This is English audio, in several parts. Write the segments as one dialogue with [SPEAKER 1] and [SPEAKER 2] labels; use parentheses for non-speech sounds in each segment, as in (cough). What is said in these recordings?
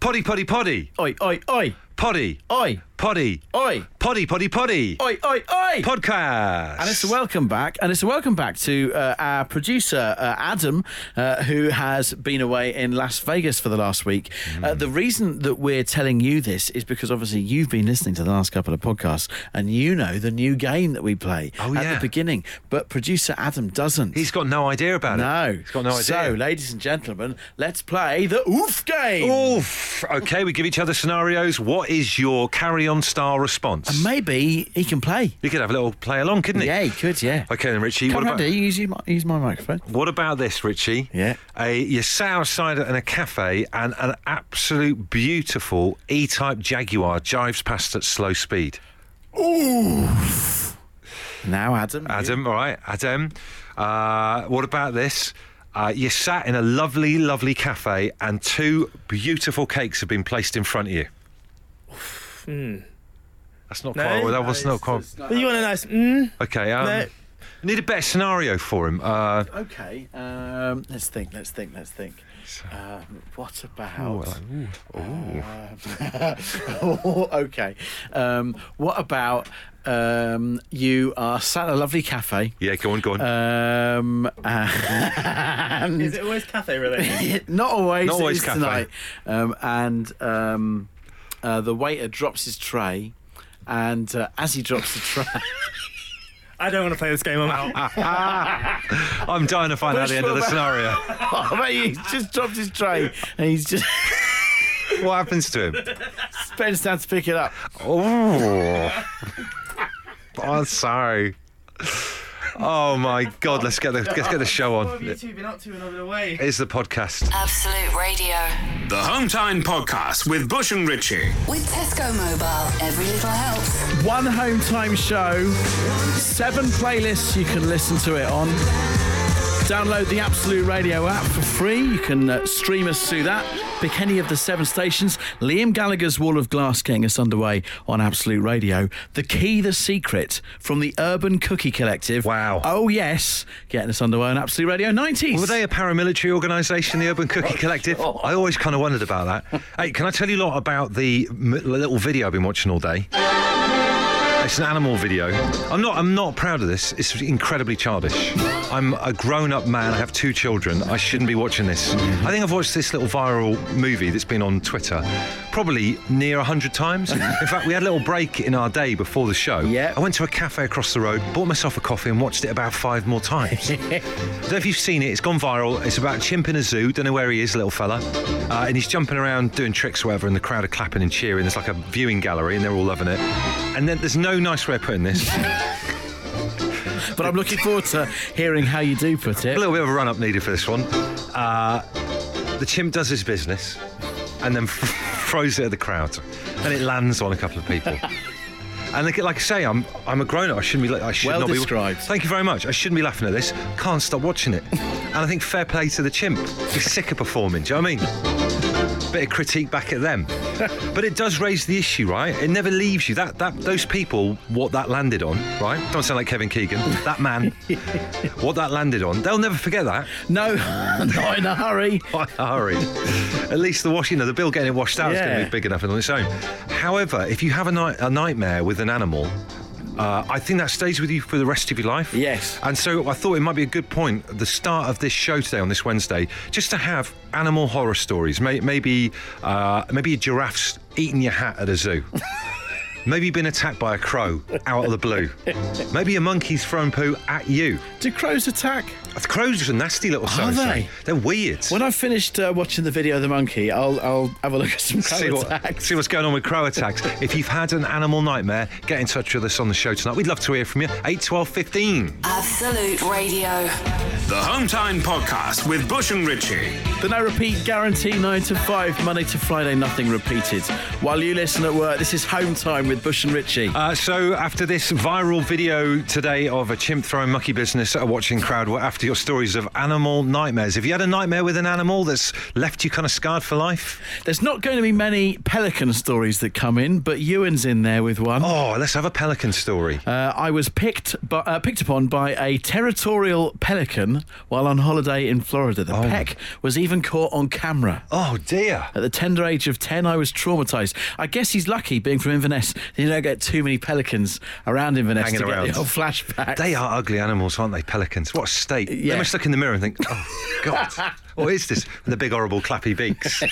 [SPEAKER 1] Poddy, poddy, poddy.
[SPEAKER 2] Oi, oi, oi,
[SPEAKER 1] Poddy.
[SPEAKER 2] oi,
[SPEAKER 1] Poddy.
[SPEAKER 2] oi,
[SPEAKER 1] Poddy, poddy, poddy.
[SPEAKER 2] oi, oi, oi.
[SPEAKER 1] Podcast.
[SPEAKER 2] And it's a welcome back, and it's a welcome back to uh, our producer uh, Adam, uh, who has been away in Las Vegas for the last week. Uh, the reason that we're telling you this is because obviously you've been listening to the last couple of podcasts, and you know the new game that we play
[SPEAKER 1] Oh,
[SPEAKER 2] at
[SPEAKER 1] yeah.
[SPEAKER 2] the beginning, but producer Adam doesn't.
[SPEAKER 1] He's got no idea about
[SPEAKER 2] no,
[SPEAKER 1] it. He's got no idea.
[SPEAKER 2] So, ladies and gentlemen, let's play the oof game.
[SPEAKER 1] Oof. Okay, we give each other scenarios. What is your carry on star response?
[SPEAKER 2] Maybe he can play.
[SPEAKER 1] you could have a little play along, couldn't he?
[SPEAKER 2] Yeah, he could. Yeah.
[SPEAKER 1] Okay, then, Richie.
[SPEAKER 2] Come
[SPEAKER 1] What
[SPEAKER 2] round
[SPEAKER 1] about,
[SPEAKER 2] here, you use, your mi- use my microphone.
[SPEAKER 1] what about this, Richie?
[SPEAKER 2] Yeah.
[SPEAKER 1] A, you sat outside in a cafe and an absolute beautiful E type Jaguar jives past at slow speed.
[SPEAKER 2] Now, Adam.
[SPEAKER 1] Adam, all right, Adam. Uh, what about this? Uh, you sat in a lovely, lovely cafe, and two beautiful cakes have been placed in front of you. That's not
[SPEAKER 3] No,
[SPEAKER 1] quite. That was
[SPEAKER 2] no,
[SPEAKER 1] not quite.
[SPEAKER 2] it's- it's
[SPEAKER 3] But you want a nice mm?
[SPEAKER 1] Okay. Um,
[SPEAKER 3] No.
[SPEAKER 1] I Need a better scenario for him. Uh,
[SPEAKER 2] not- Okay. Um, let's think. Let's think. Let's think. Um, what
[SPEAKER 1] Oh,
[SPEAKER 2] about? Um, (laughs) okay. Um, what about um, you are sat at a lovely cafe?
[SPEAKER 1] yeah, go on, go on.
[SPEAKER 2] Um, (laughs) and
[SPEAKER 3] Is it always cafe related?
[SPEAKER 2] not always.
[SPEAKER 1] Not
[SPEAKER 2] it
[SPEAKER 1] always
[SPEAKER 2] is
[SPEAKER 1] cafe.
[SPEAKER 2] tonight. Um, and um, uh, the waiter drops his tray, and uh, as he drops the tray,
[SPEAKER 3] (laughs) I don't want to play this game. I'm out.
[SPEAKER 1] I'm dying to find out the end of the
[SPEAKER 2] Bushwhack.
[SPEAKER 1] scenario.
[SPEAKER 2] (laughs) oh, mate, he's just dropped his tray, and he's just (laughs)
[SPEAKER 1] what happens to him?
[SPEAKER 2] bends down to pick it up.
[SPEAKER 1] (laughs) Oh. I'm sorry. Oh my God! Let's get the let's get the show on.
[SPEAKER 3] two been up to and I've been away?
[SPEAKER 1] It's the podcast.
[SPEAKER 4] Absolute Radio.
[SPEAKER 5] (laughs) The Hometown Podcast with Bush and Ritchie.
[SPEAKER 4] With Tesco Mobile, every little helps.
[SPEAKER 2] One home time show, seven playlists you can listen to it on. Download the Absolute Radio app for free. You can uh, stream us through that. Pick any of the seven stations. Liam Gallagher's Wall of Glass getting us underway on Absolute Radio. The Key, the Secret from the Urban Cookie Collective.
[SPEAKER 1] Wow.
[SPEAKER 2] Oh, yes. Getting us underway on Absolute Radio 90s.
[SPEAKER 1] Were they a paramilitary organisation, the Urban Cookie Collective? I always kind of wondered about that. hey, can I tell you a lot about the m- little video I've been watching all day? It's an animal video. I'm not. I'm not proud of this. It's incredibly childish. I'm a grown-up man. I have two children. I shouldn't be watching this. I think I've watched this little viral movie that's been on Twitter probably near hundred times. In fact, we had a little break in our day before the show.
[SPEAKER 2] Yeah.
[SPEAKER 1] I went to a cafe across the road, bought myself a coffee, and watched it about five more times. I don't know if you've seen it. It's gone viral. It's about a chimp in a zoo. Don't know where he is, little fella, uh, and he's jumping around doing tricks, or whatever. And the crowd are clapping and cheering. There's like a viewing gallery, and they're all loving it. And then there's no nice way of putting this.
[SPEAKER 2] But I'm looking forward to hearing how you do put it.
[SPEAKER 1] A little bit of a run up needed for this one. Uh, the chimp does his business and then throws it at the crowd, and it lands on a couple of
[SPEAKER 2] (laughs)
[SPEAKER 1] people. And like, like I say, I'm I'm a grown up. I shouldn't be. la- I should
[SPEAKER 2] Well
[SPEAKER 1] not
[SPEAKER 2] described.
[SPEAKER 1] be. Thank you very much. I shouldn't be laughing at this. Can't stop watching
[SPEAKER 2] (laughs)
[SPEAKER 1] it. And I think fair play to the chimp. He's sick of performing. Do you know what I mean? bit of critique back at
[SPEAKER 2] (laughs)
[SPEAKER 1] them. but it does raise the issue, right? It never leaves you. That that those people, what that landed on, right? Don't sound like Kevin Keegan. That man,
[SPEAKER 2] (laughs)
[SPEAKER 1] what that landed on, they'll never forget that.
[SPEAKER 2] No, (laughs) not in a hurry.
[SPEAKER 1] Why hurry? at least the wash, you know, the bill getting it washed out is going
[SPEAKER 2] Yeah.
[SPEAKER 1] to be big enough on its own. However, if you have a, night, a nightmare with an animal. Uh, I think that stays with you for the rest of your life.
[SPEAKER 2] Yes.
[SPEAKER 1] And so I thought it might be a good point, at the start of this show today on this Wednesday, just to have animal horror stories. May- Maybe, uh, maybe a giraffe's eating your hat at a
[SPEAKER 2] (laughs)
[SPEAKER 1] zoo. maybe you've been attacked by a crow out of the blue. maybe a monkey's thrown poo at you.
[SPEAKER 2] Do crows attack?
[SPEAKER 1] Crows are nasty little
[SPEAKER 2] Are
[SPEAKER 1] things.
[SPEAKER 2] they?
[SPEAKER 1] They're weird.
[SPEAKER 2] When I've finished uh, watching the video of the monkey, I'll I'll have a look at some
[SPEAKER 1] see,
[SPEAKER 2] crow
[SPEAKER 1] what,
[SPEAKER 2] attacks.
[SPEAKER 1] see what's going on with crow attacks. if you've had an animal nightmare, get in touch with us on the show tonight. We'd love to hear from you. 8, 12, 15.
[SPEAKER 4] Absolute Radio.
[SPEAKER 5] The Hometown Podcast with Bush and Ritchie.
[SPEAKER 2] The no repeat guarantee, nine to five, Monday to Friday, nothing repeated. While you listen at work, this is home time with Bush and Richie.
[SPEAKER 1] Uh, so, after this viral video today of a chimp throwing mucky business at a watching crowd, we're after your stories of animal nightmares. Have you had a nightmare with an animal that's left you kind of scarred for life?
[SPEAKER 2] There's not going to be many pelican stories that come in, but Ewan's in there with one.
[SPEAKER 1] Oh, let's have a pelican story.
[SPEAKER 2] Uh, I was picked, bu- uh, picked upon by a territorial pelican Japan while on holiday in Florida. The peck was even caught on camera.
[SPEAKER 1] Oh dear.
[SPEAKER 2] At the tender age of 10, I was traumatised. I guess he's lucky being from Inverness. You don't get too many pelicans around Inverness
[SPEAKER 1] Hanging
[SPEAKER 2] to get
[SPEAKER 1] around.
[SPEAKER 2] the old flashback.
[SPEAKER 1] They are ugly animals, aren't they? Pelicans. What a state.
[SPEAKER 2] Yeah.
[SPEAKER 1] They must look in the mirror and think, oh, God, what is this? And the big, horrible, clappy beaks.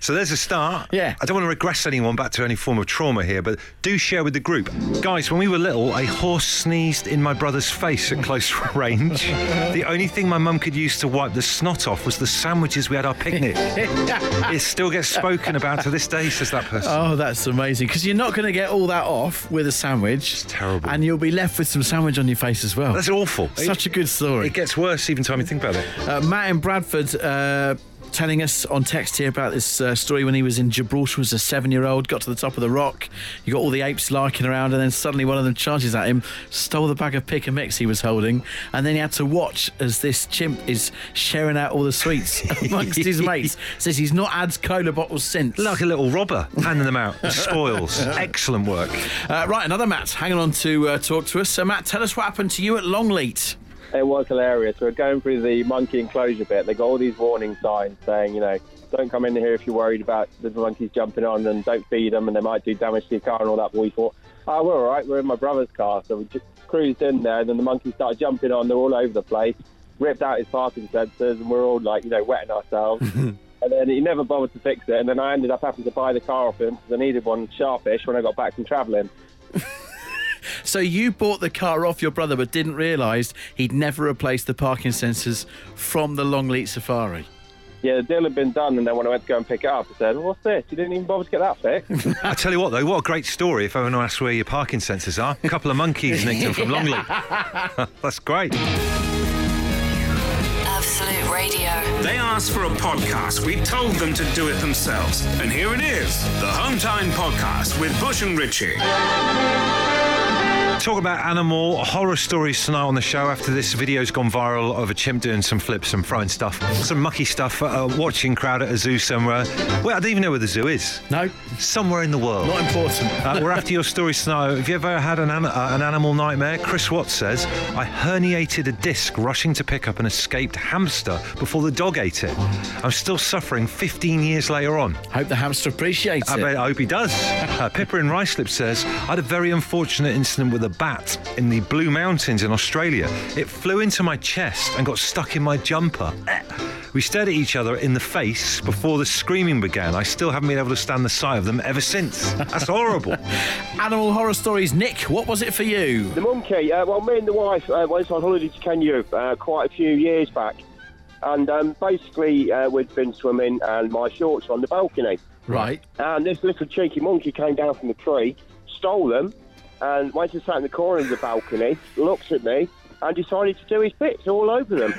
[SPEAKER 1] So there's a start.
[SPEAKER 2] Yeah.
[SPEAKER 1] I don't want to regress anyone back to any form of trauma here, but do share with the group. Guys, when we were little, a horse sneezed in my brother's face at close (laughs) range. The only thing my mum could use to wipe the snot off was the sandwiches we had our
[SPEAKER 2] (laughs)
[SPEAKER 1] picnic. it still gets spoken about to this day, says that person.
[SPEAKER 2] Oh, that's amazing. Because you're not going to get all that off with a sandwich. It's
[SPEAKER 1] terrible.
[SPEAKER 2] And you'll be left with some sandwich on your face as well.
[SPEAKER 1] That's awful.
[SPEAKER 2] Such a good story.
[SPEAKER 1] It gets worse even time you think about it.
[SPEAKER 2] Uh, Matt in Bradford uh, telling us on text here about this uh, story when he was in Gibraltar as a seven year old, got to the top of the rock, you got all the apes larking around, and then suddenly one of them charges at him, stole the bag of pick and mix he was holding, and then he had to watch as this chimp is sharing out all the sweets amongst his mates. Says he's not had cola bottles since.
[SPEAKER 1] Like a little robber, handing them out. Spoils. Excellent work.
[SPEAKER 2] Uh, right, another Matt hanging on to uh, talk to us. So, Matt, tell us what happened to you at Longleat.
[SPEAKER 6] It was hilarious. We were going through the monkey enclosure bit. They got all these warning signs saying, you know, don't come in here if you're worried about the monkeys jumping on and don't feed them and they might do damage to your car and all that. But we thought, oh, we're all right. We're in my brother's car. So we just cruised in there and then the monkeys started jumping on. They're all over the place, ripped out his parking sensors and we're all like, you know, wetting ourselves. and then he never bothered to fix it. And then I ended up having to buy the car off him because I needed one sharpish when I got back from travelling.
[SPEAKER 2] So you bought the car off your brother, but didn't realise he'd never replaced the parking sensors from the Longleat Safari.
[SPEAKER 6] Yeah, the deal had been done. And then when I went to go and pick it up, I said, what's this? You didn't even bother to get that fixed.
[SPEAKER 1] I tell you what, though, what a great story if anyone asks where your parking sensors are. A couple of monkeys nicked them from Longleat. (laughs) That's great.
[SPEAKER 4] Absolute Radio.
[SPEAKER 5] They asked for a podcast. We told them to do it themselves. And here it is the Hometown Podcast with Bush and Ritchie.
[SPEAKER 1] Talk about animal horror stories tonight on the show after this video's gone viral of a chimp doing some flips and throwing stuff. Some mucky stuff, a watching crowd at a zoo somewhere. Well, I don't even know where the zoo is.
[SPEAKER 2] No,
[SPEAKER 1] Somewhere in the world.
[SPEAKER 2] not important.
[SPEAKER 1] Uh, we're after your story tonight. Have you ever had an, an, uh, an animal nightmare? Chris Watts says, I herniated a disc rushing to pick up an escaped hamster before the dog ate it. I'm still suffering 15 years later on.
[SPEAKER 2] Hope the hamster appreciates
[SPEAKER 1] I,
[SPEAKER 2] it.
[SPEAKER 1] bet, I hope he does. Uh, Pippa in Ricelip says, I had a very unfortunate incident with a bat in the Blue Mountains in Australia. It flew into my chest and got stuck in my jumper. Eh. We stared at each other in the face before the screaming began. I still haven't been able to stand the sight of them ever since. That's horrible.
[SPEAKER 2] Animal horror stories. Nick, what was it for you?
[SPEAKER 6] The monkey. Uh, well, me and the wife uh, went on holiday to Kenya uh, quite a few years back, and um, basically uh, we'd been swimming, and my shorts were on the balcony,
[SPEAKER 2] Right.
[SPEAKER 6] and this little cheeky monkey came down from the tree, stole them, and went and sat in the corner of the balcony, looked at me, and decided to do his bits all over them.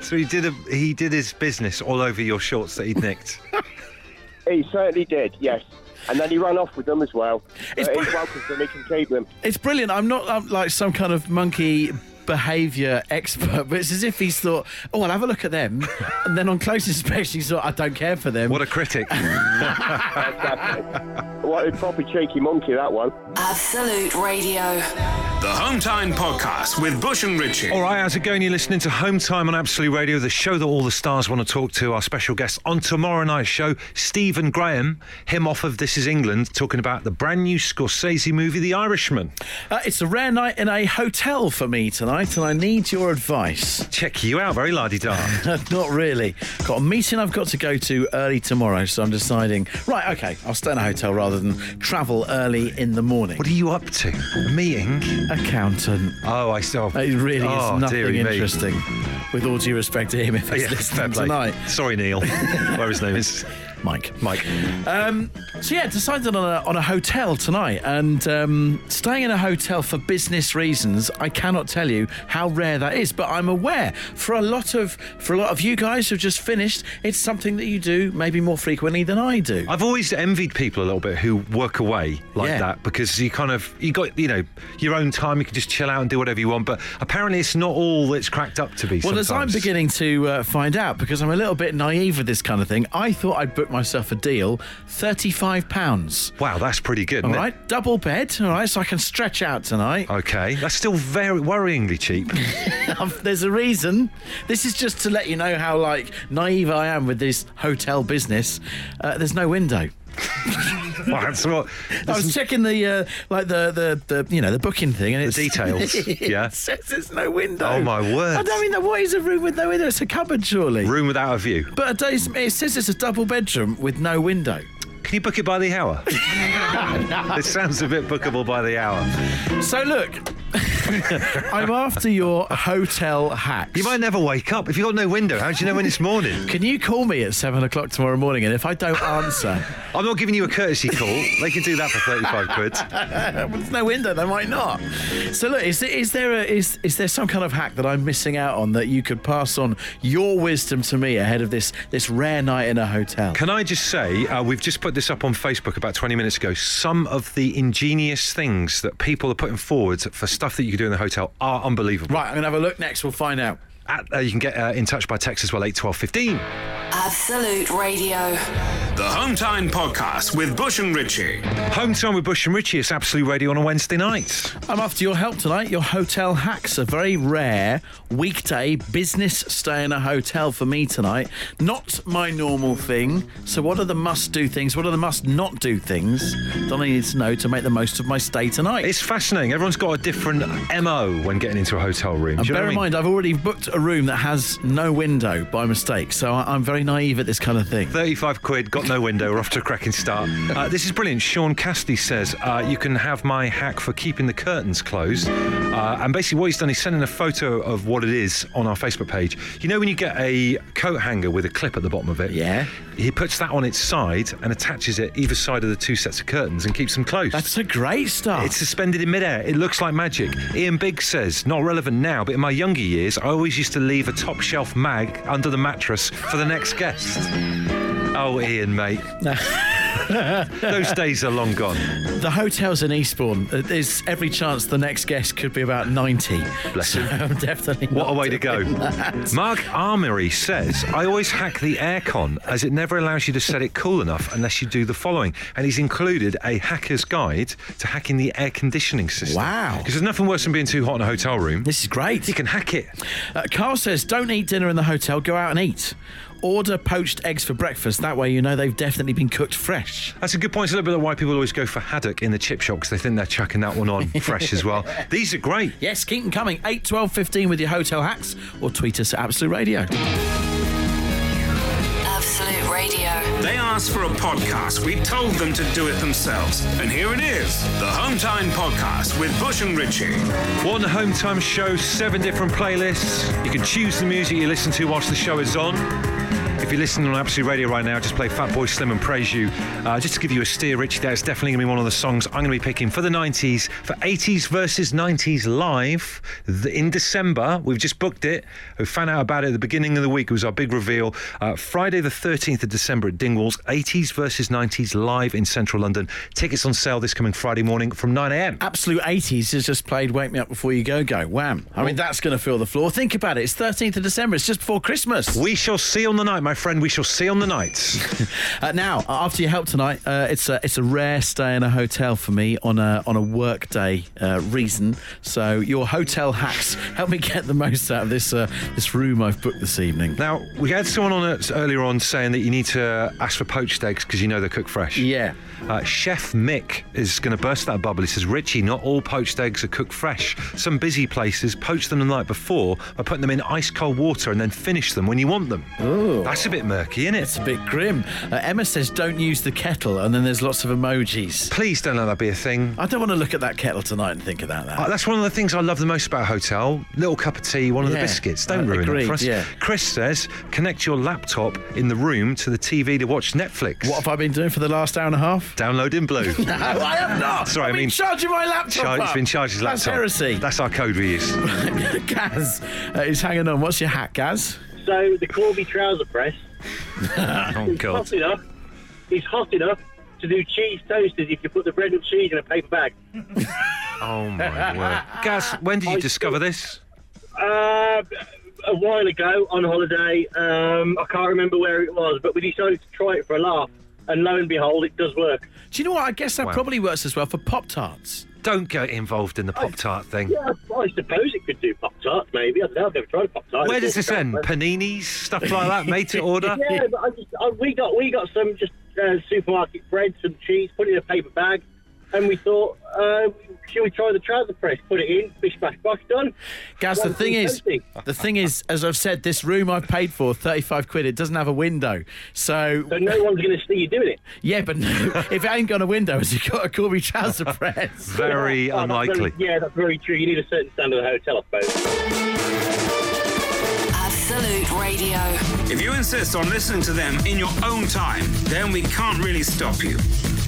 [SPEAKER 1] So he did a, he did his business all over your shorts that he'd nicked.
[SPEAKER 6] he certainly did, yes. And then he ran off with them as well.
[SPEAKER 2] It's
[SPEAKER 6] But
[SPEAKER 2] br-
[SPEAKER 6] he's welcome to them. He can keep them.
[SPEAKER 2] It's brilliant. I'm not um, like some kind of monkey behaviour expert, but it's as if he's thought, oh, I'll have a look
[SPEAKER 1] (laughs)
[SPEAKER 2] at them. and then on close inspection, he's thought, I don't care for them.
[SPEAKER 1] What a
[SPEAKER 2] (laughs)
[SPEAKER 1] critic!
[SPEAKER 6] What a proper cheeky monkey that one.
[SPEAKER 4] Absolute Radio.
[SPEAKER 5] The Hometown Podcast with Bush and Ritchie.
[SPEAKER 1] all right, how's it going? You're listening to Home Time on Absolute Radio, the show that all the stars want to talk to. Our special guest on tomorrow night's show, Stephen Graham, him off of This Is England, talking about the brand new Scorsese movie, The Irishman.
[SPEAKER 2] Uh, it's a rare night in a hotel for me tonight, and I need your advice.
[SPEAKER 1] Check you out, very lardy dark.
[SPEAKER 2] (laughs) Not really. Got a meeting I've got to go to early tomorrow, so I'm deciding, right, okay, I'll stay in a hotel rather than travel early in the morning.
[SPEAKER 1] what are you up to? Meeting?
[SPEAKER 2] Accountant.
[SPEAKER 1] Oh, I still.
[SPEAKER 2] It really
[SPEAKER 1] Oh,
[SPEAKER 2] is nothing
[SPEAKER 1] dearie me.
[SPEAKER 2] interesting. With all due respect to him, if
[SPEAKER 1] (laughs)
[SPEAKER 2] he's
[SPEAKER 1] Yeah, fair
[SPEAKER 2] listening
[SPEAKER 1] play.
[SPEAKER 2] tonight,
[SPEAKER 1] Sorry,
[SPEAKER 2] (laughs)
[SPEAKER 1] Neil. Where his name is
[SPEAKER 2] Mike.
[SPEAKER 1] Mike.
[SPEAKER 2] Um, so yeah, decided on a, on a hotel tonight, and um, staying in a hotel for business reasons. I cannot tell you how rare that is, but I'm aware for a lot of for a lot of you guys who've just finished, it's something that you do maybe more frequently than I do.
[SPEAKER 1] I've always envied people a little bit who work away like
[SPEAKER 2] Yeah.
[SPEAKER 1] that because you kind of you got you know your own time. You can just chill out and do whatever you want. But apparently, it's not all that's cracked up to be.
[SPEAKER 2] Well, as I'm
[SPEAKER 1] sometimes.
[SPEAKER 2] beginning to uh, find out, because I'm a little bit naive with this kind of thing, I thought I'd book got myself a deal £35.
[SPEAKER 1] Wow, that's pretty good.
[SPEAKER 2] All
[SPEAKER 1] isn't it?
[SPEAKER 2] right, double bed. All right, so I can stretch
[SPEAKER 1] (laughs)
[SPEAKER 2] out tonight.
[SPEAKER 1] Okay, that's still very worryingly
[SPEAKER 2] (laughs)
[SPEAKER 1] cheap.
[SPEAKER 2] I've- Um, There's a reason. This is just to let you know how like naive I am with this hotel business. Uh, there's no window.
[SPEAKER 1] Well, that's what
[SPEAKER 2] I was checking the uh, like the, the the you know the booking thing and it's (laughs)
[SPEAKER 1] details, yeah.
[SPEAKER 2] it says there's no window.
[SPEAKER 1] Oh, my word.
[SPEAKER 2] I don't mean that. What is a room with no window? It's a cupboard, surely.
[SPEAKER 1] room without a view.
[SPEAKER 2] But a day's, it says it's a double bedroom with no window.
[SPEAKER 1] Can you book it by the
[SPEAKER 2] (laughs)
[SPEAKER 1] hour? It sounds a bit bookable by the hour.
[SPEAKER 2] So look, (laughs) I'm after your hotel hacks.
[SPEAKER 1] You might never wake up if you've got no window. How do you know when it's morning?
[SPEAKER 2] Can you call me at seven o'clock tomorrow morning? And if I don't answer,
[SPEAKER 1] I'm not giving you a courtesy call. They can do that for 35 quid.
[SPEAKER 2] There's no window. They might not. So look, is there, is there a is is there some kind of hack that I'm missing out on that you could pass on your wisdom to me ahead of this this rare night in a hotel?
[SPEAKER 1] Can I just say, uh, we've just put this up on Facebook about 20 minutes ago. Some of the ingenious things that people are putting forward for stuff that you can do in the hotel are unbelievable.
[SPEAKER 2] right, I'm gonna have a look next. We'll find out.
[SPEAKER 1] At, uh, you can get uh, in touch by text as well, 8 12 15.
[SPEAKER 4] Absolute Radio.
[SPEAKER 5] The Hometown Podcast with Bush and Ritchie.
[SPEAKER 1] Hometown with Bush and Richie. It's Absolute Radio on a Wednesday night.
[SPEAKER 2] I'm after your help tonight. Your hotel hacks are very rare weekday business stay in a hotel for me tonight. Not my normal thing. So what are the must do things? What are the must not do things that I need to know to make the most of my stay tonight?
[SPEAKER 1] It's fascinating. Everyone's got a different MO when getting into a hotel room. Do
[SPEAKER 2] And
[SPEAKER 1] you know
[SPEAKER 2] bear
[SPEAKER 1] what I
[SPEAKER 2] in
[SPEAKER 1] mean?
[SPEAKER 2] mind, I've already booked a room that has no window by mistake, so I- I'm very naive at this kind of thing.
[SPEAKER 1] 35 quid, got no window, we're off to a cracking start. Uh, this is brilliant. Sean Cassidy says, uh, You can have my hack for keeping the curtains closed. Uh, and basically, what he's done is sending a photo of what it is on our Facebook page. You know, when you get a coat hanger with a clip at the bottom of it?
[SPEAKER 2] Yeah.
[SPEAKER 1] He puts that on its side and attaches it either side of the two sets of curtains and keeps them closed.
[SPEAKER 2] That's a great start.
[SPEAKER 1] It's suspended in midair. It looks like magic. Ian Biggs says, not relevant now, but in my younger years, I always used to leave a top shelf mag under the mattress for the next guest. Oh, Ian,
[SPEAKER 2] (laughs)
[SPEAKER 1] mate. Those days are long gone.
[SPEAKER 2] the hotel's in Eastbourne. Uh, There's every chance the next guest could be about 90.
[SPEAKER 1] Bless
[SPEAKER 2] so
[SPEAKER 1] him.
[SPEAKER 2] I'm (laughs) definitely.
[SPEAKER 1] What a
[SPEAKER 2] not
[SPEAKER 1] way to go.
[SPEAKER 2] doing that.
[SPEAKER 1] Mark Armory says, I always hack the aircon as it never allows you to set it cool enough unless you do the following. And he's included a hacker's guide to hacking the air conditioning system.
[SPEAKER 2] Wow.
[SPEAKER 1] Because there's nothing worse than being too hot in a hotel room.
[SPEAKER 2] This is great.
[SPEAKER 1] You can hack it.
[SPEAKER 2] Uh, Carl says, don't eat dinner in the hotel, go out and eat. Order poached eggs for breakfast. That way you know they've definitely been cooked fresh.
[SPEAKER 1] That's a good point. It's a little bit of why people always go for haddock in the chip shop because they think they're chucking that one on fresh as well. These are great.
[SPEAKER 2] Yes, keep them coming. 8, 12, 15 with your hotel hacks or tweet us at Absolute Radio.
[SPEAKER 4] Absolute Radio.
[SPEAKER 5] They asked for a podcast. We told them to do it themselves. And here it is the Hometown Podcast with Bush and Ritchie.
[SPEAKER 1] One home time show, seven different playlists. You can choose the music you listen to whilst the show is on. If you're listening on Absolute Radio right now, just play Fat Boy Slim and Praise You. Uh, just to give you a steer, Richie, that is definitely going to be one of the songs I'm going to be picking for the 90s, for 80s versus 90s live th- in December. We've just booked it. We found out about it at the beginning of the week. It was our big reveal. Uh, Friday, the 13th of December at Dingwall's, 80s versus 90s live in central London. Tickets on sale this coming Friday morning from 9 a.m.
[SPEAKER 2] Absolute 80s has just played Wake Me Up Before You Go Go. Wham. I mean, that's going to fill the floor. Think about it. It's 13th of December. It's just before Christmas.
[SPEAKER 1] We shall see on the night, my friend. We shall see on the night.
[SPEAKER 2] Uh, now, after your help tonight, uh, it's a it's a rare stay in a hotel for me on a on a work day uh, reason. So your hotel hacks help me get the most out of this uh, this room I've booked this evening.
[SPEAKER 1] now, we had someone on us earlier on saying that you need to ask for poached eggs because you know they're cooked fresh.
[SPEAKER 2] Yeah.
[SPEAKER 1] Uh, Chef Mick is going to burst that bubble. He says, Richie, not all poached eggs are cooked fresh. Some busy places poach them the night before by putting them in ice cold water and then finish them when you want them. Ooh. That's a bit murky, isn't
[SPEAKER 2] It's
[SPEAKER 1] it?
[SPEAKER 2] a bit grim. Uh, Emma says don't use the kettle, and then there's lots of emojis.
[SPEAKER 1] Please don't let that be a thing.
[SPEAKER 2] I don't want to look at that kettle tonight and think about that.
[SPEAKER 1] Uh, that's one of the things I love the most about a hotel. Little cup of tea, one of
[SPEAKER 2] Yeah,
[SPEAKER 1] the biscuits. Don't
[SPEAKER 2] uh,
[SPEAKER 1] ruin it
[SPEAKER 2] agreed,
[SPEAKER 1] for us.
[SPEAKER 2] yeah.
[SPEAKER 1] Chris says, connect your laptop in the room to the TV to watch Netflix.
[SPEAKER 2] what have I been doing for the last hour and
[SPEAKER 1] (laughs)
[SPEAKER 2] a half?
[SPEAKER 1] Download in
[SPEAKER 2] (laughs)
[SPEAKER 1] blue.
[SPEAKER 2] No, I have not.
[SPEAKER 1] Sorry,
[SPEAKER 2] I've
[SPEAKER 1] I
[SPEAKER 2] been
[SPEAKER 1] mean-
[SPEAKER 2] charging my laptop.
[SPEAKER 1] Char- it's
[SPEAKER 2] up.
[SPEAKER 1] been charged his laptop.
[SPEAKER 2] That's heresy. (laughs)
[SPEAKER 1] That's our code we use.
[SPEAKER 2] Gaz uh, is hanging on. What's your hack, Gaz?
[SPEAKER 7] So the Corby trouser press
[SPEAKER 1] oh,
[SPEAKER 7] is
[SPEAKER 1] God.
[SPEAKER 7] hot enough. Is hot enough to do cheese toasters if you put the bread and cheese in a paper bag.
[SPEAKER 2] (laughs)
[SPEAKER 1] Oh, my word. Gaz, when did you discover this?
[SPEAKER 7] Uh, a while ago on holiday. Um, I can't remember where it was, but we decided to try it for a laugh, and lo and behold, it does work.
[SPEAKER 2] Do you know what? I guess that
[SPEAKER 1] Wow.
[SPEAKER 2] probably works as well for Pop Tarts.
[SPEAKER 1] Don't get involved in the Pop Tart thing.
[SPEAKER 7] Yeah, I suppose it could do pop tarts. Maybe I don't know. I've never tried pop tarts.
[SPEAKER 1] Where does this end? Paninis, stuff like that, made to
[SPEAKER 2] (laughs)
[SPEAKER 1] order?
[SPEAKER 7] Yeah, but I just, I, we got we got some just uh, supermarket bread, some cheese, put it in a paper bag, and we thought, uh, should we try the trouser press? Put it in, bish bash bosh, done.
[SPEAKER 2] Gaz, the
[SPEAKER 7] One
[SPEAKER 2] thing
[SPEAKER 7] thing
[SPEAKER 2] is,
[SPEAKER 7] empty.
[SPEAKER 2] the thing is, as I've said, this room I've paid for, 35 quid, it doesn't have a window. So,
[SPEAKER 7] So no one's going to see you doing it.
[SPEAKER 2] yeah, but (laughs) no, if it ain't got a window, it's got a Corby trouser press.
[SPEAKER 1] Very
[SPEAKER 7] (laughs) Oh, that's
[SPEAKER 1] unlikely.
[SPEAKER 7] very- yeah, that's very true. You need a certain standard of hotel, I suppose.
[SPEAKER 4] Absolute Radio.
[SPEAKER 5] If you insist on listening to them in your own time, then we can't really stop you.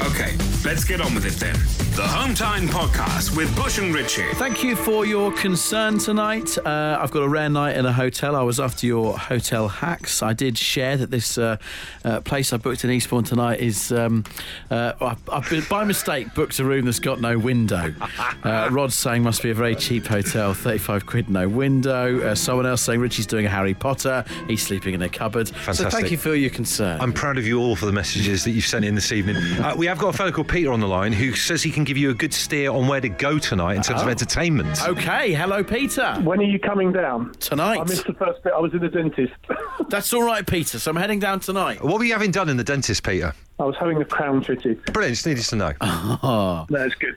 [SPEAKER 5] Okay, let's get on with it then. The Hometown Podcast with Bush and Richie.
[SPEAKER 2] Thank you for your concern tonight. Uh, I've got a rare night in a hotel. I was after your hotel hacks. I did share that this uh, uh, place I booked in Eastbourne tonight is. Um, uh, I've, I've been, by mistake booked a room that's got no window. Uh, Rod's saying must be a very cheap hotel, 35 quid, no window. Uh, someone else saying Richie's doing a Harry Potter. He's sleeping in a cupboard. So
[SPEAKER 1] Fantastic.
[SPEAKER 2] thank you for your concern.
[SPEAKER 1] I'm proud of you all for the messages that you've sent in this evening. Uh, we have got a fellow called Peter on the line who says he can give you a good steer on where to go tonight in terms of entertainment.
[SPEAKER 2] okay, hello, Peter.
[SPEAKER 8] When are you coming down? I
[SPEAKER 2] Tonight.
[SPEAKER 8] missed the first bit. I was in the dentist. (laughs)
[SPEAKER 2] That's all right, Peter. So I'm heading down tonight.
[SPEAKER 1] What were you having done in the dentist, Peter?
[SPEAKER 8] I was having a crown fitted.
[SPEAKER 1] Brilliant, just needed to know.
[SPEAKER 8] That's good.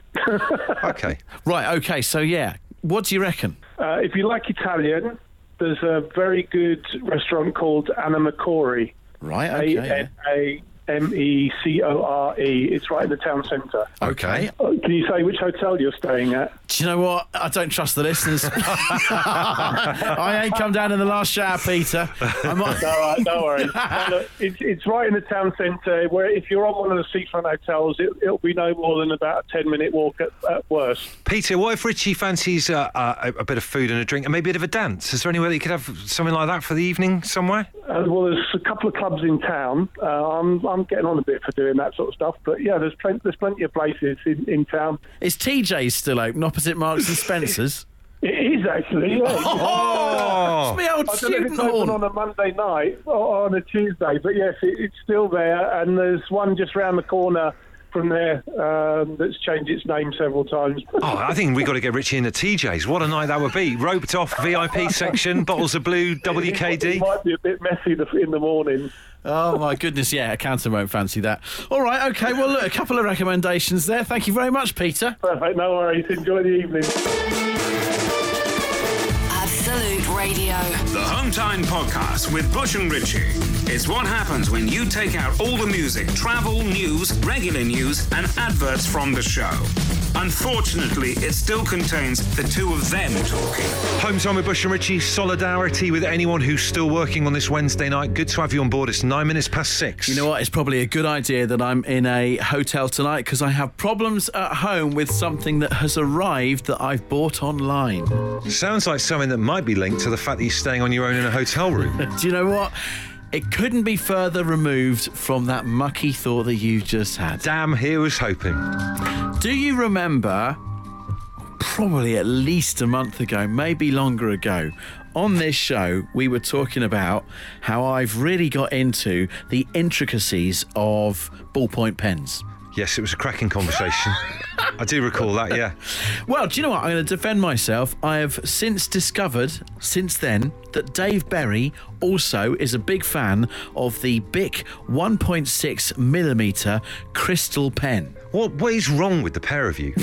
[SPEAKER 1] Okay.
[SPEAKER 2] Right, okay, so yeah. What do you reckon?
[SPEAKER 8] Uh, if you like Italian, there's a very good restaurant called Anna Macori.
[SPEAKER 2] Right, okay.
[SPEAKER 8] A
[SPEAKER 2] yeah.
[SPEAKER 8] N A M E C O R E. It's right in the town centre.
[SPEAKER 1] Okay.
[SPEAKER 8] Uh, Can you say which hotel you're
[SPEAKER 2] (laughs)
[SPEAKER 8] staying at?
[SPEAKER 2] Do you know what? I don't trust the listeners. (laughs) I ain't come down in the last shower, Peter. I'm not...
[SPEAKER 8] All right, no worries. No, look, it's, it's right in the town centre. Where if you're on one of the seafront hotels, it, it'll be no more than about a ten-minute walk at, at worst.
[SPEAKER 1] Peter, what if Richie fancies uh, uh, a, a bit of food and a drink and maybe a bit of a dance? Is there anywhere that you could have something like that for the evening somewhere?
[SPEAKER 8] Uh, well, there's a couple of clubs in town. Uh, I'm I'm getting on a bit for doing that sort of stuff, but yeah, there's plenty there's plenty of places in, in town.
[SPEAKER 2] Is TJ's still open opposite Marks and Spencer's?
[SPEAKER 8] (laughs) It is actually. Yeah.
[SPEAKER 1] Oh!
[SPEAKER 2] It's me old
[SPEAKER 8] I don't know if
[SPEAKER 2] student
[SPEAKER 8] it's open
[SPEAKER 2] horn.
[SPEAKER 8] on a Monday night or on a Tuesday, but yes, it, it's still there. And there's one just round the corner from there um, that's changed its name several times.
[SPEAKER 1] Oh, I think we got to get Richie in at TJ's. What a night that would be. Roped off VIP section, bottles of blue,
[SPEAKER 8] It
[SPEAKER 1] WKD.
[SPEAKER 8] might be a bit messy the, in the morning.
[SPEAKER 2] Oh, my goodness, yeah, accountant won't fancy that. All right, okay, well, look, a couple of recommendations there. Thank you very much, Peter.
[SPEAKER 8] Perfect, no worries. Enjoy the evening.
[SPEAKER 4] Absolute Radio.
[SPEAKER 5] The Hometown Podcast with Bush and Ritchie. It's what happens when you take out all the music, travel, news, regular news, and adverts from the show. Unfortunately, it still contains the two of them talking.
[SPEAKER 1] Hometown with Bush and Richie, solidarity with anyone who's still working on this Wednesday night. Good to have you on board. It's nine minutes past six.
[SPEAKER 2] You know what? It's probably a good idea that I'm in a hotel tonight because I have problems at home with something that has arrived that I've bought online.
[SPEAKER 1] Sounds like something that might be linked to the fact that you're staying on your own in a hotel
[SPEAKER 2] (laughs)
[SPEAKER 1] room.
[SPEAKER 2] Do you know what? It couldn't be further removed from that mucky thought that you just had.
[SPEAKER 1] Damn, here was hoping.
[SPEAKER 2] Do you remember, probably at least a month ago, maybe longer ago, on this show, we were talking about how I've really got into the intricacies of ballpoint pens.
[SPEAKER 1] Yes, it was a cracking
[SPEAKER 2] (laughs)
[SPEAKER 1] conversation. I do recall that, yeah.
[SPEAKER 2] Well, do you know what? I'm going to defend myself. I have since discovered, since then, that Dave Berry also is a big fan of the Bic 1.6 millimeter crystal pen.
[SPEAKER 1] What what is wrong with the pair
[SPEAKER 2] (laughs)
[SPEAKER 1] of you?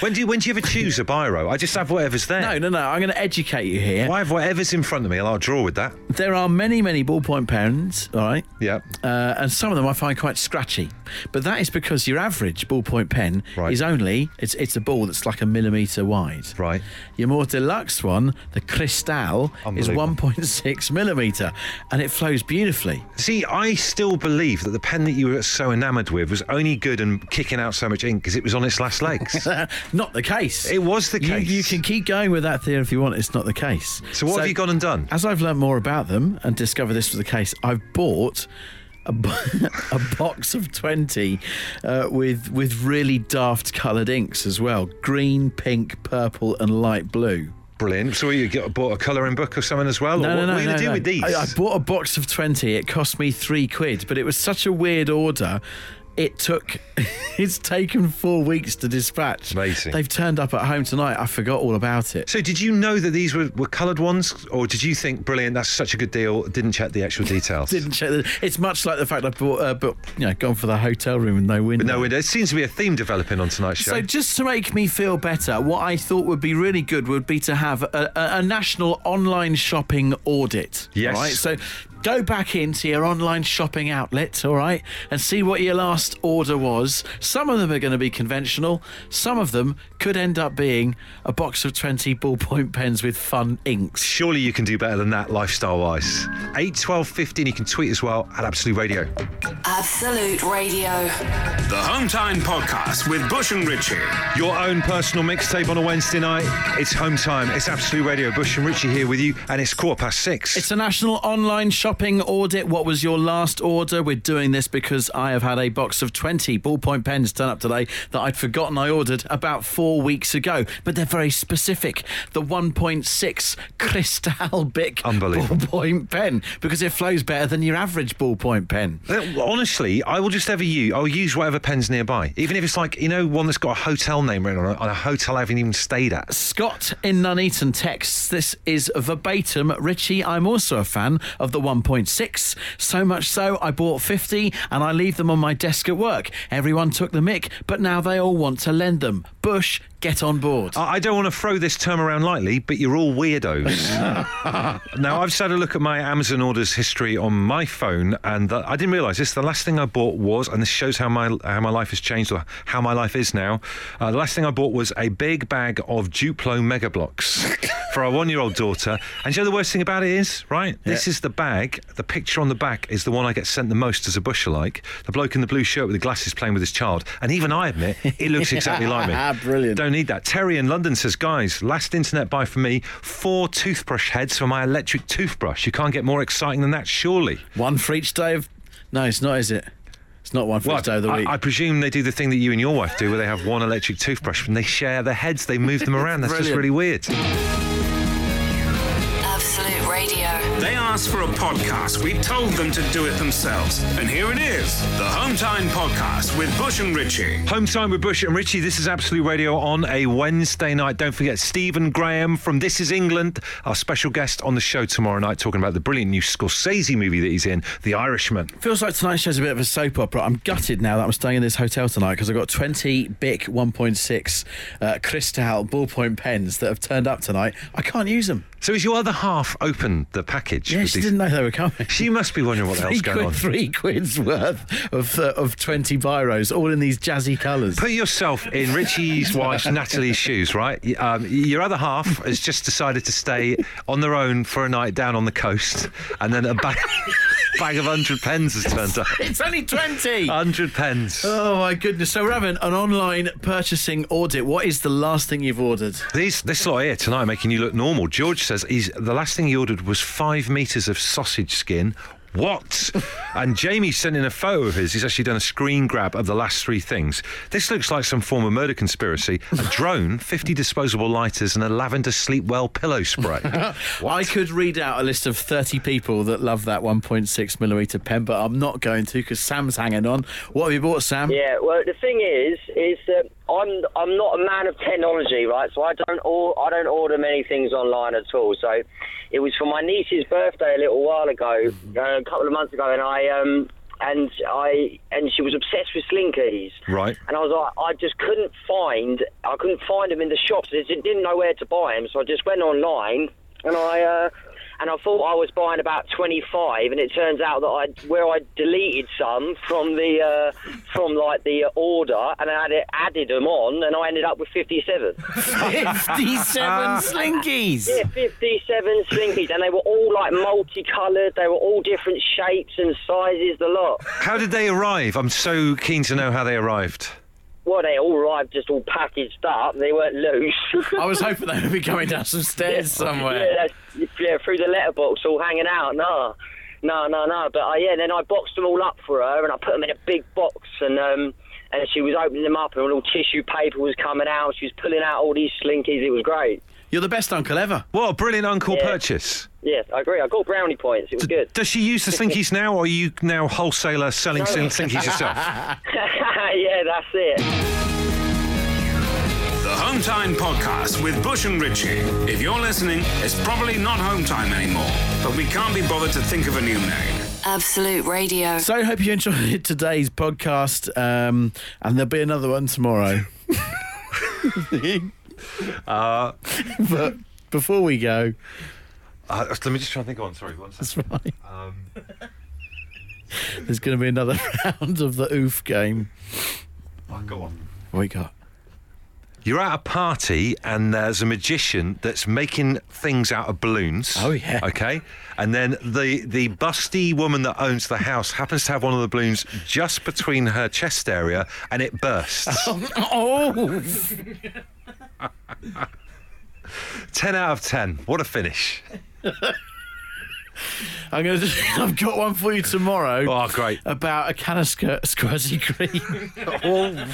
[SPEAKER 1] when do you when do you ever choose a biro? I just have whatever's there.
[SPEAKER 2] No, no, no. I'm going to educate you here.
[SPEAKER 1] Well, I have whatever's in front of me and I'll draw with that.
[SPEAKER 2] There are many, many ballpoint pens, all right?
[SPEAKER 1] Yeah.
[SPEAKER 2] Uh, and some of them I find quite scratchy, but that is because your average ballpoint pen
[SPEAKER 1] Right.
[SPEAKER 2] is only it's it's a ball that's like a millimeter wide.
[SPEAKER 1] Right.
[SPEAKER 2] Your more deluxe one, the Cristal, is
[SPEAKER 1] Unbelievable.
[SPEAKER 2] 1.6 millimeter, and it flows beautifully. (laughs)
[SPEAKER 1] See, I still believe that the pen that you were so enamoured with was only good and kicking out so much ink because it was on its last
[SPEAKER 2] (laughs)
[SPEAKER 1] legs.
[SPEAKER 2] Not the case.
[SPEAKER 1] It was the
[SPEAKER 2] You-
[SPEAKER 1] case.
[SPEAKER 2] You, can keep going with that theory if you want. It's not the case.
[SPEAKER 1] so what have you gone and done?
[SPEAKER 2] As I've learned more about them and discovered this was the case, I've bought a, bo- (laughs) a box of 20 uh, with, with really daft coloured inks as well green, pink, purple, and light blue.
[SPEAKER 1] Brilliant. So you got, bought a colouring book or something as well?
[SPEAKER 2] No,
[SPEAKER 1] or
[SPEAKER 2] no,
[SPEAKER 1] what
[SPEAKER 2] no.
[SPEAKER 1] were you going
[SPEAKER 2] no,
[SPEAKER 1] to do
[SPEAKER 2] no.
[SPEAKER 1] with these?
[SPEAKER 2] I, I bought a box of 20. It cost me three quid, but it was such a weird order. It took, (laughs) it's taken four weeks to dispatch.
[SPEAKER 1] Amazing.
[SPEAKER 2] They've turned up at home tonight. I forgot all about it.
[SPEAKER 1] so did you know that these were, were coloured ones, or did you think brilliant? That's such a good deal. Didn't check the actual details.
[SPEAKER 2] Didn't check. The, it's much like the fact I bought, uh, but you know, gone for the hotel room with no window.
[SPEAKER 1] No, it- there seems to be a theme developing on tonight's show.
[SPEAKER 2] So just to make me feel better, what I thought would be really good would be to have a, a, a national online shopping audit.
[SPEAKER 1] Yes.
[SPEAKER 2] All right. So go back into your online shopping outlets, all right, and see what your last order was. Some of them are going to be conventional. Some of them could end up being a box of 20 ballpoint pens with fun inks.
[SPEAKER 1] Surely you can do better than that, lifestyle wise. 8, 12, 15, you can tweet as well at Absolute Radio.
[SPEAKER 4] Absolute Radio.
[SPEAKER 5] The Hometown Podcast with Bush and Ritchie.
[SPEAKER 1] Your own personal mixtape on a Wednesday night. It's home time. It's Absolute Radio. Bush and Richie here with you, and it's quarter past six.
[SPEAKER 2] It's a national online shopping audit. What was your last order? We're doing this because I have had a box of 20 ballpoint pens turn up today that I'd forgotten I ordered about four weeks ago, but they're very specific. The 1.6 Cristal Bic
[SPEAKER 1] Unbelievable.
[SPEAKER 2] ballpoint pen because it flows better than your average ballpoint pen.
[SPEAKER 1] Uh, Honestly, I will just ever use. I'll use whatever pen's nearby, even if it's like you know one that's got a hotel name written on it, on a hotel I haven't even stayed at.
[SPEAKER 2] Scott in Nuneaton texts, this is verbatim. Richie, I'm also a fan of the 1.6. So much so, I bought 50 and I leave them on my desk at work. Everyone took the mick, but now they all want to lend them. Bush, get on board.
[SPEAKER 1] I I don't want to throw this term around lightly, but you're all weirdos. now, I've just had a look at my Amazon orders history on my phone, and uh, I didn't realise this. The last thing I bought was, and this shows how my how my life has changed or how my life is now. Uh, the last thing I bought was a big bag of Duplo Mega Blocks for our one-year-old daughter. And you know the worst thing about it is, right? This is the bag. The picture on the back is the one I get sent the most as a busher like. The bloke in the blue shirt with the glasses playing with his child, and even I admit it looks exactly like me.
[SPEAKER 2] Brilliant.
[SPEAKER 1] Don't need that. Terry in London says, guys, last internet buy for me, four toothbrush heads for my electric toothbrush. You can't get more exciting than that, surely.
[SPEAKER 2] One for each day of. No, it's not, is it? It's not one for each day of the
[SPEAKER 1] I,
[SPEAKER 2] week.
[SPEAKER 1] I presume they do the thing that you and your wife do, where they have one electric toothbrush and they share their heads, they move
[SPEAKER 2] (laughs)
[SPEAKER 1] them around. That's just
[SPEAKER 2] Brilliant.
[SPEAKER 1] really weird.
[SPEAKER 4] Absolute Radio.
[SPEAKER 5] They asked for a podcast. We told them to do it themselves. And here it is The Hometown Podcast with Bush and Ritchie.
[SPEAKER 1] Home time with Bush and Richie. This is Absolute Radio on a Wednesday night. Don't forget Stephen Graham from This Is England, our special guest on the show tomorrow night, talking about the brilliant new Scorsese movie that he's in, The Irishman.
[SPEAKER 2] Feels like tonight's show's a bit of a soap opera. I'm gutted now that I'm staying in this hotel tonight because I've got 20 Bic 1.6 uh, Cristal ballpoint pens that have turned up tonight. I can't use them.
[SPEAKER 1] So, is your other half open the package?
[SPEAKER 2] Yeah,
[SPEAKER 1] with
[SPEAKER 2] she
[SPEAKER 1] these-
[SPEAKER 2] didn't know they were coming.
[SPEAKER 1] She must be wondering what
[SPEAKER 2] (laughs)
[SPEAKER 1] the
[SPEAKER 2] Three,
[SPEAKER 1] hell's going
[SPEAKER 2] quid,
[SPEAKER 1] on.
[SPEAKER 2] three quid's worth of uh, of 20 biros, all in these jazzy colours.
[SPEAKER 1] Put yourself in Richie's wife Natalie's shoes, right? Y- Um, your other half has just decided to stay on their own for a night down on the coast, and then a bag, (laughs) bag of hundred pens has turned up.
[SPEAKER 2] It's only 20!
[SPEAKER 1] Hundred pens.
[SPEAKER 2] (laughs) Oh my goodness. So, we're having an online purchasing audit. What is the last thing you've ordered?
[SPEAKER 1] These, this lot here tonight making you look normal. George says he's the last thing he ordered was five meters of sausage skin. What? and Jamie sent in a photo of his. He's actually done a screen grab of the last three things. This looks like some form of murder conspiracy. A drone, 50 disposable lighters, and a lavender sleep well pillow spray.
[SPEAKER 2] I could read out a list of 30 people that love that 1.6 millimeter pen, but I'm not going to because Sam's hanging on. What have you bought, Sam? (laughs)
[SPEAKER 9] Yeah, well, the thing is, is that I'm I'm not a man of technology, right? So I don't or, I don't order many things online at all. So it was for my niece's birthday a little while ago, uh, a couple of months ago, and I um and I and she was obsessed with slinkies.
[SPEAKER 1] Right.
[SPEAKER 9] And I was like, I just couldn't find I couldn't find them in the shops. I just didn't know where to buy them, so I just went online and I. Uh, and I thought I was buying about 25, and it turns out that I where I deleted some from the uh, from like the uh, order, and I added, added them on, and I ended up with 57. (laughs)
[SPEAKER 2] 57 slinkies!
[SPEAKER 9] Uh, yeah, 57 slinkies, and they were all like multicolored. They were all different shapes and sizes, the lot.
[SPEAKER 1] how did they arrive? I'm so keen to know how they arrived.
[SPEAKER 9] Well, they all arrived just all packaged up. They weren't loose.
[SPEAKER 2] I was hoping they would be going down some (laughs) stairs somewhere.
[SPEAKER 9] Yeah, that's, yeah, through the letterbox, all hanging out. No, no, no, no. But uh, yeah, then I boxed them all up for her, and I put them in a big box, and um, and she was opening them up, and all tissue paper was coming out. She was pulling out all these slinkies. It was great.
[SPEAKER 2] You're the best uncle ever.
[SPEAKER 1] What a brilliant uncle
[SPEAKER 9] Yeah.
[SPEAKER 1] purchase.
[SPEAKER 9] Yes, I agree. I got brownie points. It was good.
[SPEAKER 1] Does she use the Slinkies now, or are you now wholesaler selling Slin- Slinkies yourself?
[SPEAKER 9] (laughs) (laughs) yeah, that's it.
[SPEAKER 5] The Home Time Podcast with Bush and Ritchie. If you're listening, it's probably not Home Time anymore, but we can't be bothered to think of a new name.
[SPEAKER 4] Absolute Radio.
[SPEAKER 2] So, hope you enjoyed (laughs) today's podcast, um, and there'll be another one
[SPEAKER 1] (laughs)
[SPEAKER 2] tomorrow. (laughs) but before we go,
[SPEAKER 1] Uh, let me just try and think of one. Sorry, one second.
[SPEAKER 2] that's right. There's going to be another (laughs) round of the oof game.
[SPEAKER 1] Oh, go on.
[SPEAKER 2] What we got?
[SPEAKER 1] You're at a party and there's a magician that's making things out of balloons.
[SPEAKER 2] Oh, yeah.
[SPEAKER 1] Okay. And then the the busty woman that owns the house happens to have one of the balloons just between her chest area and it bursts. (laughs)
[SPEAKER 2] Oh,
[SPEAKER 1] 10 out of 10. What a finish.
[SPEAKER 2] I'm going to. (laughs) I've got one for you tomorrow
[SPEAKER 1] Oh, great.
[SPEAKER 2] about a can of squir- squirty cream.
[SPEAKER 1] Oh.